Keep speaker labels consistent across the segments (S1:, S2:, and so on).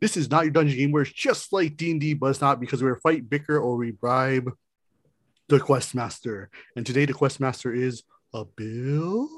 S1: This is not your dungeon game where it's just like D&D, but it's not because we're fight, bicker, or we bribe the quest master. And today the quest master is a bill.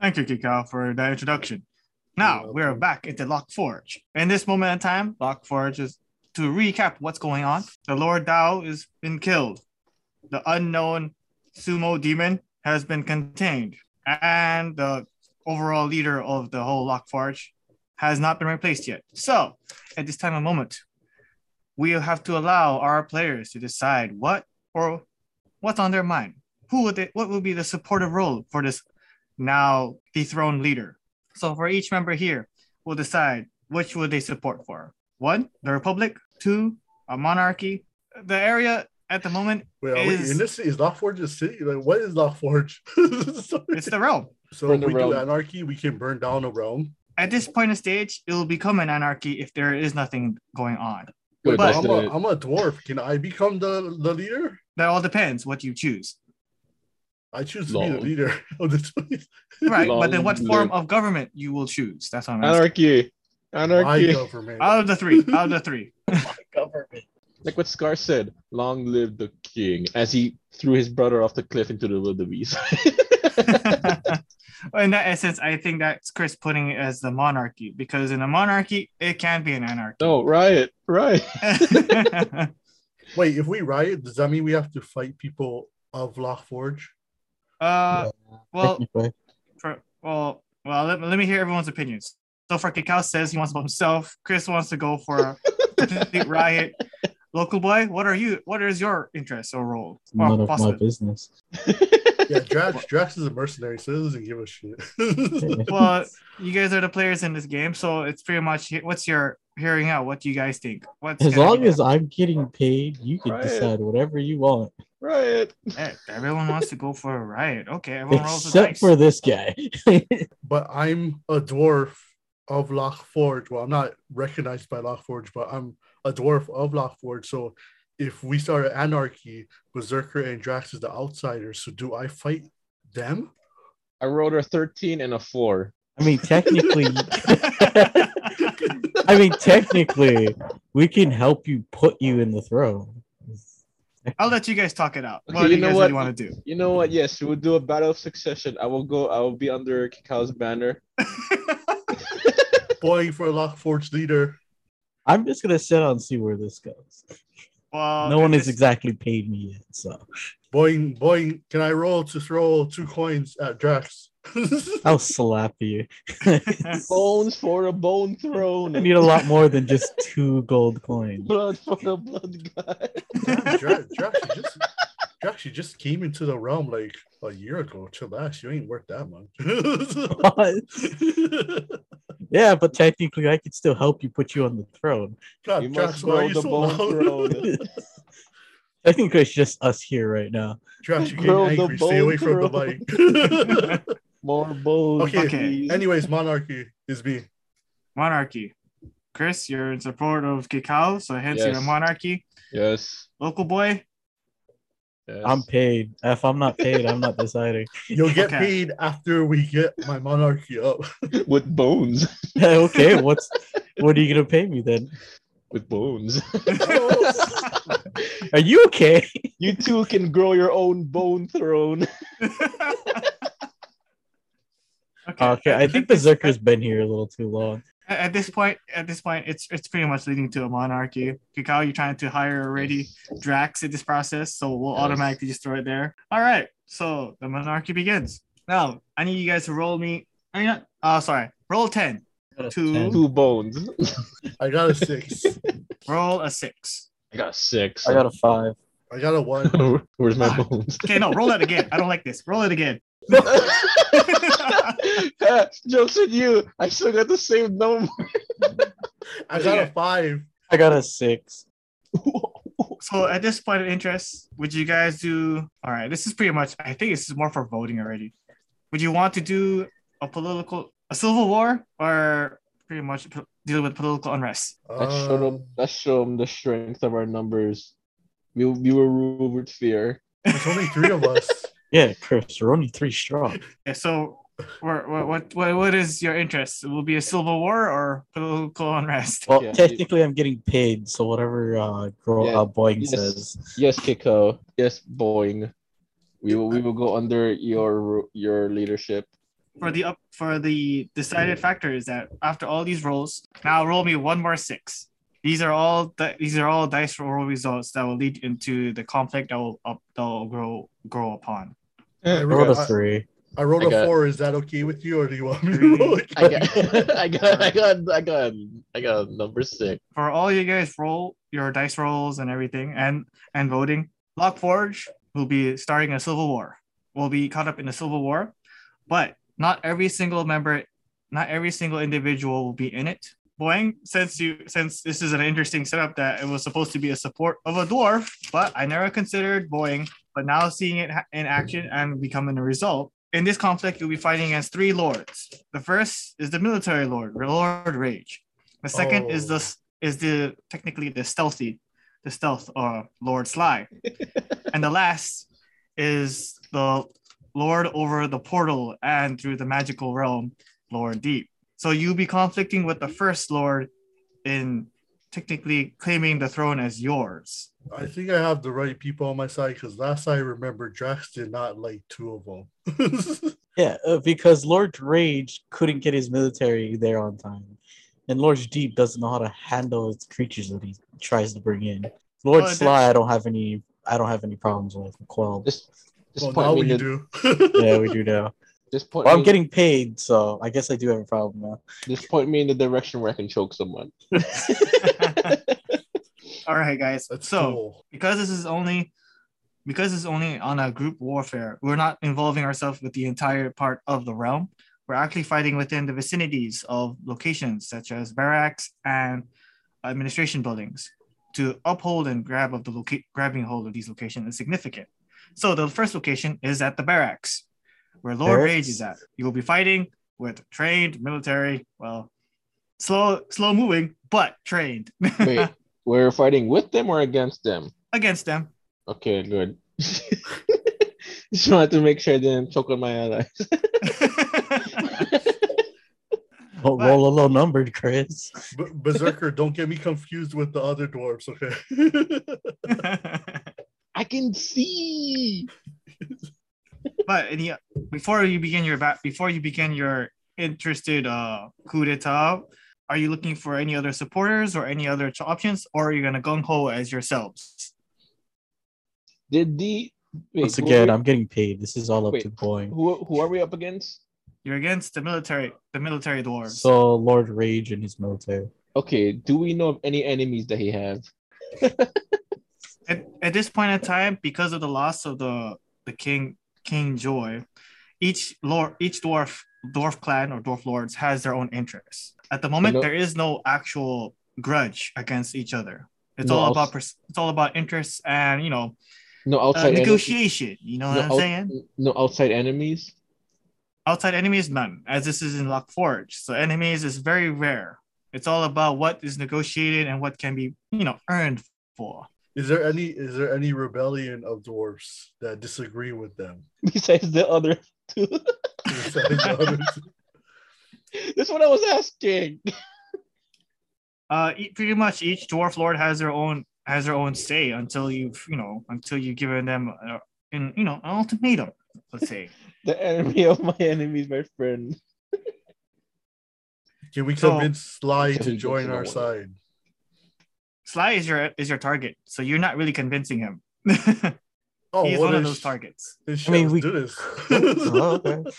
S2: Thank you, Kikau, for that introduction. Now
S1: You're
S2: we're
S1: welcome.
S2: back into Lock Forge. In this moment in time, Lock Forge is to recap what's going on. The Lord Dao has been killed. The unknown sumo demon has been contained. And the overall leader of the whole Lock Forge has not been replaced yet. So at this time and moment, we have to allow our players to decide what or what's on their mind. Who would they, what would be the supportive role for this now dethroned leader? So for each member here, we'll decide which would they support for. One, the Republic. Two, a monarchy. The area at the moment,
S1: Wait, are we
S2: Is-
S1: in this city? Is Lockforge a city? Like, what is Lockforge?
S2: it's the realm.
S1: so
S3: Burn
S1: if
S3: the
S1: we
S3: realm.
S1: do anarchy, we can burn down a realm.
S2: At this point in stage, it will become an anarchy if there is nothing going on.
S3: Good,
S2: But-
S3: that's
S1: I'm,
S3: the-
S1: a, I'm a dwarf. Can I become the, the leader?
S2: That all depends what you choose.
S1: I choose to be the
S3: Lol.
S1: leader of this place.
S2: Right. but then what
S3: Long
S2: form
S3: live-
S2: of government you will choose. That's what I'm asking.
S3: anarchy.
S1: My
S3: Anarchy.
S1: government.
S2: Out of the three. Out of the three.
S4: government.
S3: Like what Scar said, long live the king, as he threw his brother off the cliff into the wildebeest.
S2: in that essence, I think that's Chris putting it as the monarchy because in a monarchy, it can be an anarchy.
S3: no, riot, riot.
S1: Wait, if we riot, does that mean we have to fight people of Lockforge?
S2: uh, well,
S4: Technically.
S2: for, well, well. Let, let me hear everyone's opinions. So far, Kikau says he wants about himself. Chris wants to go for a complete riot. Local boy, what are you? What is your interest or role?
S4: It's none
S2: Or
S4: of my
S2: possibility?
S4: business.
S1: Yeah, Drax, Drax is a mercenary, so he doesn't give a shit.
S2: well, you guys are the players in this game, so it's pretty much what's your hearing out. What do you guys think? What's
S4: As
S2: gonna
S4: long
S2: be-
S4: as I'm getting paid, you can
S3: Right.
S4: decide whatever you want,
S3: Riot.
S2: Eh, everyone wants to go for a riot. Okay, everyone rolls the
S4: except
S2: dice.
S4: for this guy.
S1: but I'm a dwarf of Lockforge. Well, I'm not recognized by Lockforge, but I'm a dwarf of Lockforge. So if we start an anarchy, Berserker and Drax is the outsiders. So do I fight them?
S3: I rolled a 13 and a 4.
S4: I mean, technically, I mean, technically, we can help you put you in the throne.
S2: I'll let you guys talk it out.
S3: Okay,
S2: What do
S3: you
S2: you
S3: know
S2: guys
S3: what?
S2: really want to do?
S3: You know what? Yes, we'll do a battle of succession. I will go, I will be under Kikao's banner.
S1: Boy for Lockforge leader.
S4: I'm just gonna sit on and see where this goes.
S2: Well,
S4: No one
S2: if
S4: has
S2: it's-
S4: exactly paid me yet, so
S1: Boing, boing. Can I roll to throw two coins at Drax?
S4: I'll slap you.
S3: Bones for a bone throne.
S4: I need a lot more than just two gold coins.
S3: blood for the blood god.
S1: Drax, Drax, you just, Drax, you just came into the realm like a year ago. Chillax, you ain't worth that much.
S4: yeah, but technically, I could still help you put you on the throne.
S1: God,
S3: You
S1: Drax,
S3: must
S1: why are
S3: roll
S1: you
S3: the
S1: so
S3: bone
S1: loud?
S3: throne.
S4: Technically, it's just us here right now.
S1: Drax, you're
S3: Grow the
S1: getting angry. Stay
S3: bone
S1: away from the mic.
S3: More bones.
S1: Okay,
S3: please.
S1: Anyways, monarchy is me.
S2: monarchy. Chris, you're in support of Kikau, so hence you're a
S3: Yes.
S2: monarchy.
S3: Yes.
S2: Local boy,
S3: yes.
S4: I'm paid. If I'm not paid, I'm not deciding.
S1: You'll get
S2: Okay.
S1: paid after we get my monarchy up.
S3: with bones.
S4: okay, what's what are you gonna pay me then?
S3: With bones.
S4: Are you okay?
S3: you too can grow your own bone throne.
S4: Okay, I think
S2: at this-
S4: Berserker's been here a little too long.
S2: At at this point, at this point, it's it's pretty much leading to a monarchy. Kikau, you're trying to hire already Drax in this process, so we'll
S3: Yes.
S2: automatically just throw it there. All right, so the monarchy begins. Now, I need you guys to roll me. I mean, not- oh, sorry, roll ten. Two.
S3: Two bones.
S1: I got a six.
S2: Roll a six.
S3: I got six.
S4: I got a five.
S1: I got a one.
S3: Where's my
S2: Ah.
S3: bones?
S2: Okay, no, roll that again. I don't like this. Roll it again.
S3: Jokes on you. I still got the same number.
S1: I got a five.
S4: I got a six.
S2: so at this point of interest, would you guys do? All right, this is pretty much. I think this is more for voting already. Would you want to do a political, a civil war, or pretty much po- deal with political unrest?
S3: Let's show them.
S1: Um,
S3: Let's show them the strength of our numbers. We we were ruled with fear.
S1: there's only three of us.
S4: Yeah, Chris, we're only three strong.
S2: Yeah, so Or, what, what what what is your interest? It will be a civil war or political unrest.
S4: Well,
S3: Yeah.
S4: technically, I'm getting paid, so whatever uh, girl
S3: Yeah.
S4: uh, Boeing
S3: Yes.
S4: says.
S3: Yes, Kiko. Yes, Boeing. We will we will go under your ru- your leadership.
S2: For the up for the decided factor is that after all these rolls, now roll me one more six. These are all di- these are all dice roll results that will lead into the conflict that will up that will grow grow upon.
S1: I
S4: I rolled
S1: rolled
S4: a three.
S1: I rolled
S3: I got-
S1: a four. Is that okay with you, or do you want me to roll
S3: I
S1: again?
S3: got I got I got I got I got number six.
S2: for all you guys roll your dice rolls and everything and and voting lockforge will be starting a civil war will be caught up in a civil war but not every single member not every single individual will be in it boing since you since this is an interesting setup that it was supposed to be a support of a dwarf but i never considered boing but now seeing it ha- in action and becoming a result in this conflict you'll be fighting against three lords the first is the military lord lord rage the second is the
S1: Oh.
S2: is the technically the stealthy, the stealth uh, Lord Sly, and the last is the Lord over the portal and through the magical realm, Lord Deep. So you be conflicting with the first Lord in technically claiming the throne as yours.
S1: I think I have the right people on my side because last I remember, Drax did not like two of them.
S4: Yeah, uh, because Lord Rage couldn't get his military there on time, and Lord Deep doesn't know how to handle his creatures that he tries to bring in. Lord
S2: Well, Oh, that's-
S4: Sly, I don't have any. I don't have any problems with Quell.
S3: This this
S1: well,
S3: point
S1: now
S3: me
S1: we
S3: in-
S1: do.
S4: yeah, we do now.
S3: This point
S4: Well,
S3: me-
S4: I'm getting paid, so I guess I do have a problem now.
S3: Just point me in the direction where I can choke someone.
S2: All right, guys.
S1: That's
S2: so
S1: cool.
S2: because this is only because it's only on a group warfare we're not involving ourselves with the entire part of the realm we're actually fighting within the vicinities of locations such as barracks and administration buildings to uphold and grab of the loca- grabbing hold of these locations is significant so the first location is at the barracks where lord
S4: Barracks?
S2: rage is at you will be fighting with trained military well slow slow moving but trained
S3: Wait, we're fighting with them or against them?
S2: against them
S3: Okay, good. Just wanted to make sure I didn't choke on my allies.
S4: Roll,
S2: But-
S4: roll Oh, a low number, Chris.
S1: B- Berserker, don't get me confused with the other dwarves, okay?
S3: I can see.
S2: but in the, before you begin your ba- before you begin your interested uh coup d'etat, are you looking for any other supporters or any other ch- options, or are you gonna gung ho as yourselves?
S3: Did the wait,
S4: Once
S3: who are
S4: again,
S3: we-
S4: I'm getting paid. This is all up
S3: Wait,
S4: to Boeing.
S3: who who are we up against?
S2: You're against the military, the military dwarves.
S4: So Lord Rage and his military.
S3: Okay, do we know of any enemies that he have?
S2: at, at this point in time, because of the loss of the the king King Joy, each lord, each dwarf dwarf clan or dwarf lords has their own interests. At the moment,
S3: know-
S2: there is no actual grudge against each other. It's
S3: No,
S2: all
S3: I'll-
S2: about pers- it's all about interests and you know
S3: No
S2: uh,
S3: outside enemies.
S2: negotiation. You know what
S3: No,
S2: I'm
S3: out-
S2: saying?
S3: no outside enemies.
S2: Outside enemies, none, as this is in Lock Forge. So enemies is very rare. It's all about what is negotiated and what can be you know earned for.
S1: is there any is there any rebellion of dwarves that disagree with them?
S3: Besides the other two.
S1: Besides the others?
S3: That's what I was asking.
S2: uh e- pretty much each dwarf lord has their own has their own say until you've you know until you've given them uh, an you know an ultimatum let's say
S3: The enemy of my enemy is my friend.
S1: Can we
S2: So-
S1: convince Sly
S3: Until
S1: to
S3: he goes to
S1: join
S3: the
S1: our
S3: war.
S1: side?
S2: sly is your is your target so you're not really convincing him
S1: Oh,
S2: he's
S1: what
S2: one of
S1: is-
S2: those targets
S1: is-
S4: I mean,
S1: let's
S4: we-
S1: do this.
S4: Oh, okay.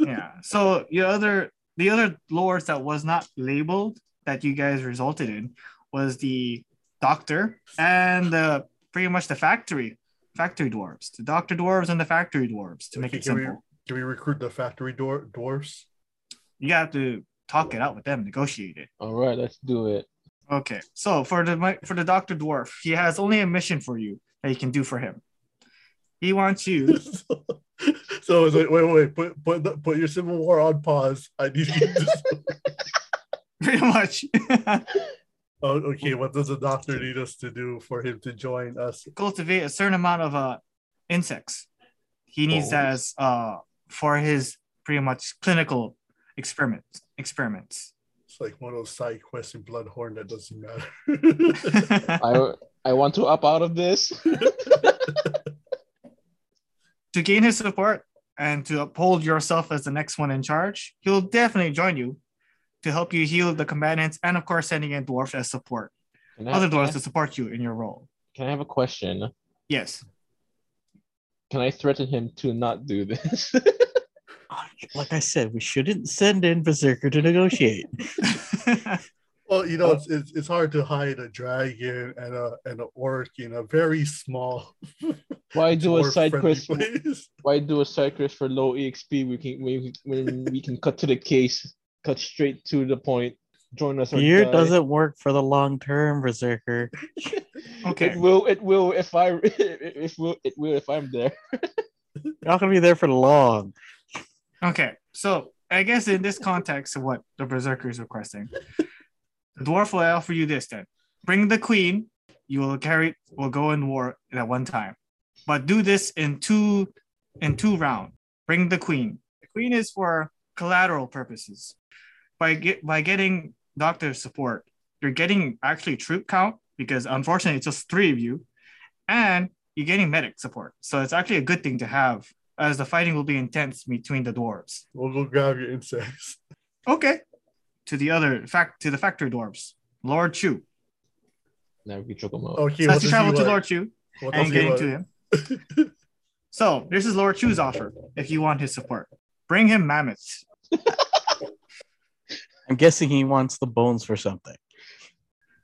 S2: yeah so your other the other lords that was not labeled that you guys resulted in was the doctor and the pretty much the factory factory dwarves the doctor dwarves and the factory dwarves to make
S1: Okay,
S2: it
S1: can we-
S2: simple
S1: Can we recruit the factory dwar- dwarfs?
S2: you have to talk it out with them negotiate it
S3: All right, let's do it.
S2: Okay, so for the mi- for the Doctor Dwarf, he has only a mission for you that you can do for him. He wants you.
S1: so it's like, wait, wait, wait, put put the, put your civil war on pause. I need you. to-
S2: pretty much
S1: oh, okay, what does the doctor need us to do for him to join us?
S2: cultivate a certain amount of uh insects. He needs
S3: Oh.
S2: that as uh for his pretty much clinical experiments. Experiments.
S1: It's like one of those side quests in Bloodhorn that doesn't matter.
S3: I I want to up out of this.
S2: to gain his support and to uphold yourself as the next one in charge, he'll definitely join you to help you heal the companions and, of course, sending in dwarfs as support,
S3: Can I,
S2: other
S3: can,
S2: dwarfs
S3: I,
S2: to support you in your role.
S3: can I have a question?
S2: Yes.
S3: Can I threaten him to not do this?
S4: Like I said, we shouldn't send in Berserker to negotiate.
S1: well, you
S3: Oh.
S1: know, it's, it's, it's hard to hide a dragon and a and an orc in a very small.
S3: Why do a
S1: dwarf
S3: side
S1: friendly
S3: quest?
S1: place.
S3: Why do a side quest for low exp? We can we, when we can cut to the case, cut straight to the point. Join us. or
S4: Fear
S3: die.
S4: doesn't work for the long term, Berserker.
S2: Okay.
S3: It will. It will. If I. If will. It will. If I'm there.
S4: You're not gonna be there for long.
S2: Okay, so I guess in this context of what the berserker is requesting, the dwarf will offer you this then: bring the queen. You will carry. Will go in war at one time, but do this in two in two rounds. Bring the queen. The queen is for collateral purposes. By get by getting doctor support, you're getting actually troop count because unfortunately it's just three of you, and you're getting medic support. So it's actually a good thing to have as the fighting will be intense between the dwarves.
S1: We'll go grab your insects.
S2: Okay. To the other fact to the factory dwarves, Lord Chu.
S3: Now we can choke him out.
S1: Okay,
S2: so
S1: what
S2: as
S1: does
S2: you
S1: he
S2: travel to
S1: like?
S2: Lord Chu
S1: What does he
S2: and getting
S1: like?
S2: to him. so this is Lord Chu's offer. If you want his support, bring him mammoths.
S4: I'm guessing he wants the bones for something.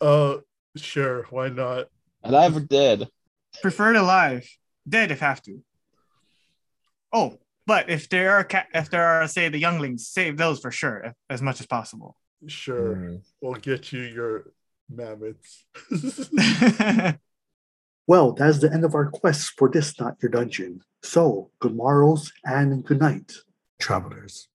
S1: Uh, sure, why not?
S3: Alive or dead?
S2: Preferred alive, dead if have to. Oh, but if there are ca- if there are say the younglings, save those for sure if, as much as possible.
S1: Sure,
S3: Mm.
S1: we'll get you your mammoths.
S5: Well, that is the end of our quest for this Not Your Dungeon. So, good morrows and good night, travelers.